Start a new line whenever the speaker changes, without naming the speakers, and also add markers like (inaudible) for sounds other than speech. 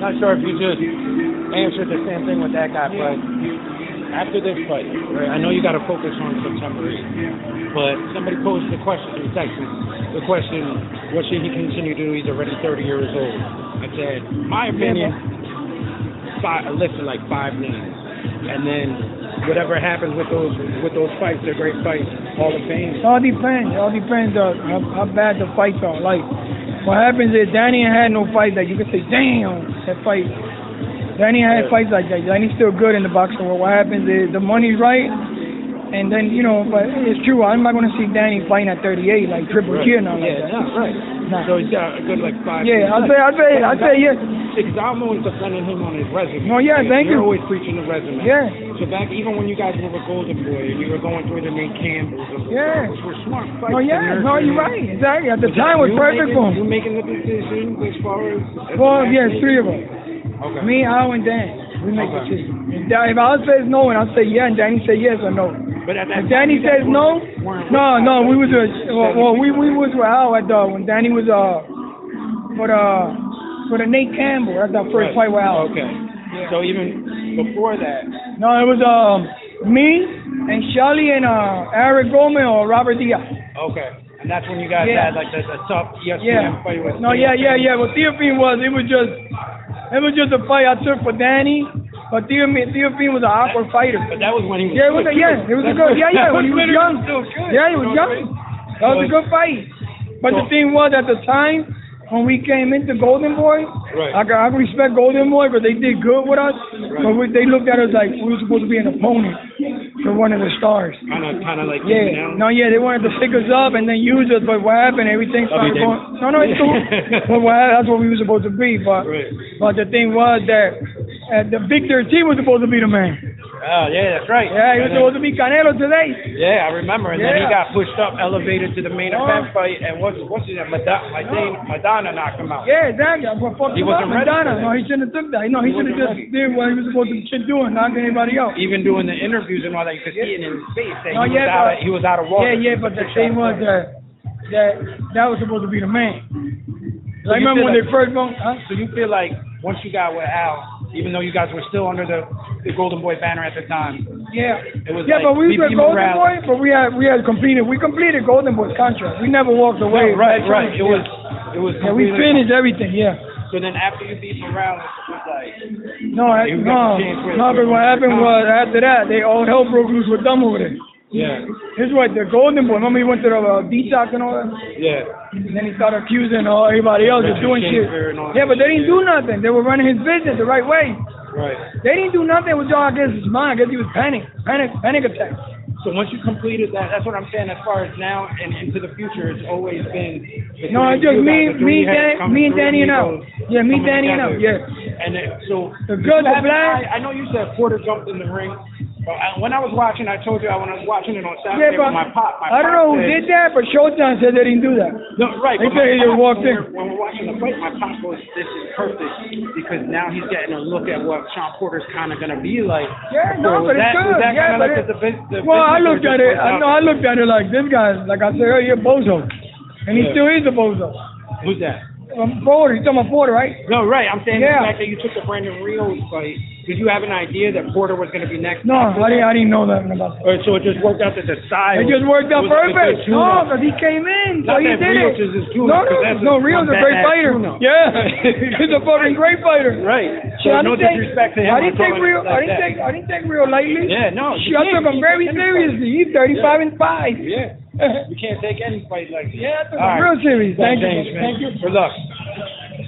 Not sure if you just answered the same thing with that guy, but after this fight, right, I know you got to focus on September 8th, but somebody posed the question in Texas. The question, what should he continue to do? He's already 30 years old. I said, my opinion, five, I listed like five names, and then whatever happens with those with those fights, they're great fights, Hall of Fame.
It all depends. It all depends on how, how bad the fights are. Like, what happens is Danny ain't had no fight that you can say, damn, that fight. Danny had
Yeah.
fights like that. Danny's still good in the boxing world. What happens is the money's right, and then, you know, but it's true. I'm not going to see Danny fighting at 38 like Triple
Right.
G or nothing
yeah,
like that.
yeah, right.
Nah.
So he's got a good like five.
Yeah,
names.
I'll say, I'll say, I'll say, yeah.
Examo is defending him on his resume.
No, yeah, thank
You're
you.
always preaching the resume.
Yeah.
So back even when you guys were with Golden Boy and you were going through the Nate Campbells and
Yeah.
which were smart fights.
No, Oh, yeah,
and
no,
nurturing.
you're right. Exactly. At the
Was
time
that
was
you
perfect
making-
for
You
him.
making the decision as far as. as
Well,
the
yes,
matchmaking?
three of us.
Okay.
Me, Al, and Dan. We make
Okay.
decisions. If Al says no, and I say yeah, and Danny say yes or no.
But at that
If Danny
time, you guys
says no,
weren't- weren't with
no,
us.
no, we was uh, well, well, we we was with Al at the when Danny was uh for the for the Nate Campbell. That's our first
Right.
fight with Al.
Okay. So even before that,
No, it was um me and Shelly and uh Eric Gomez or Robert Diaz.
okay, and that's when you guys
Yeah.
had like the, the tough E ESPN
Yeah.
fight with.
No, yeah, yeah, yeah. What Theophane was, it was just, it was just a fight I took for Danny. But Theophane, Theophane was an awkward fighter.
But that was when he was.
Yeah, it was a,
good,
yeah,
too.
it was a
That's
good, yeah, yeah.
that
When he was
literally
young,
still good.
yeah, he
You know
was
what I
young.
mean?
That was a good fight. But the thing was, at the time when we came into Golden Boy,
Right.
I, got- I respect Golden Boy because they did good with us. But we, they looked at us like we were supposed to be an opponent for one of the stars.
Kind of, kind of like you
Yeah,
now.
no, yeah, they wanted to pick us up and then use us, but what happened? Everything started
they-
going. No, no, it's
(laughs)
cool. but what, hap- that's what we were supposed to be, but
Right.
but the thing was that uh, the Victor T was supposed to be the man.
Oh yeah, that's right.
Yeah, he was
And
supposed
then-
to be Canelo today.
Yeah, I remember. And then he
Yeah.
got pushed up, elevated to the main
Oh.
event fight, and what's what's his name? Madonna, Madonna, Madonna knocked him out.
Yeah, exactly. But fuck
He
him
wasn't
up,
ready for
Madonna.
that.
No, he shouldn't have took that. No, he, should have
wasn't
just did what he was supposed to keep doing, not anybody else.
Even doing the interviews and all that, you could see it in his face that
No,
he, was
yeah,
out
but-
of, he was out of water.
Yeah, yeah, but the thing was that that that was supposed to be the man.
So
I
you
remember
feel
when
like-
they first going, huh?
So you feel like once you got with Al, even though you guys were still under the, the Golden Boy banner at the time,
Yeah.
It was
yeah,
like
but we
we
were
beat
Golden
Morales.
Boy, but we had we had completed we completed Golden Boy's contract. We never walked away.
right, right. It was, it was.
Yeah, we
completely-
finished everything. Yeah.
So then after you beat Morales, it was like,
No, I,
You
no,
got the chance for it.
no. But what happened was after that, they all hell broke loose with them over there.
yeah,
This is what the Golden Boy. Remember he went to the uh, detox and all that.
yeah.
And then he started accusing all everybody else of
Richard
doing shit.
Schaefer and all that
Yeah, but they didn't
shit,
do nothing. They were running his business the right way.
Right.
They didn't do nothing with y'all against his mind. I guess he was panic, panic, panic attack.
So once you completed that, that's what I'm saying. As far as now and into the future, it's always been. the three
No, it's
of
just
you
me,
guys, the three
me,
heads
Dan,
coming
me and
through,
Danny and out.
egos
Yeah, me,
coming
Danny and out.
together.
Yeah.
And then, so.
The good, the
I-
black.
I, I know you said Porter jumped in the ring. But I, when I was watching, I told you I, when I was watching it on Saturday
Yeah, but
with my pop. My
I don't
pop
know who
said-
did that, but Showtime said they didn't do that.
No, right.
They
but my
said he just
pop,
walked
when
in.
we're- When we're watching the fight, my pop goes, "This is perfect," because now he's getting a look at what Sean Porter's kind of going to be like.
Yeah,
So
no,
was
but
that-
it's
was
good.
that
Yeah,
kinda like
but
the
it-
defense- the
well,
defense
I looked
or just
at it.
was
I
out?
know I looked at it like this guy, like I said earlier, bozo, and he
Yeah.
still is a bozo.
Who's that?
Um, Porter, you talking about Porter, right?
No, right. I'm saying
Yeah.
the fact that you took the Brandon Rios fight. Did you have an idea that Porter was going to be next?
No, I didn't. I didn't know nothing about that.
Or so it just worked out that the style.
It just worked out
was a- was a
perfect. No,
tune-up.
because he came in, so
Not
he
that
did
Rios
it.
is his tune-up,
No,
'cause
no,
that's
no.
a-
Rio's
a
a great
badass
fighter.
tune-up.
Yeah, (laughs) he's a fucking great fighter.
Right. So
See, I
no
didn't take,
disrespect to him.
I
I'm
didn't take
calling it
real. I
like that.
didn't take. I didn't take real lightly.
Yeah, no, you
Shit, I
can't.
took him
You
very
can't take
seriously. He's thirty-five and five. (laughs)
Yeah. You can't take any fight like that.
Yeah, I
All
took him
right.
real serious.
Thanks,
Thank you.
James, man.
Thank you.
Good luck.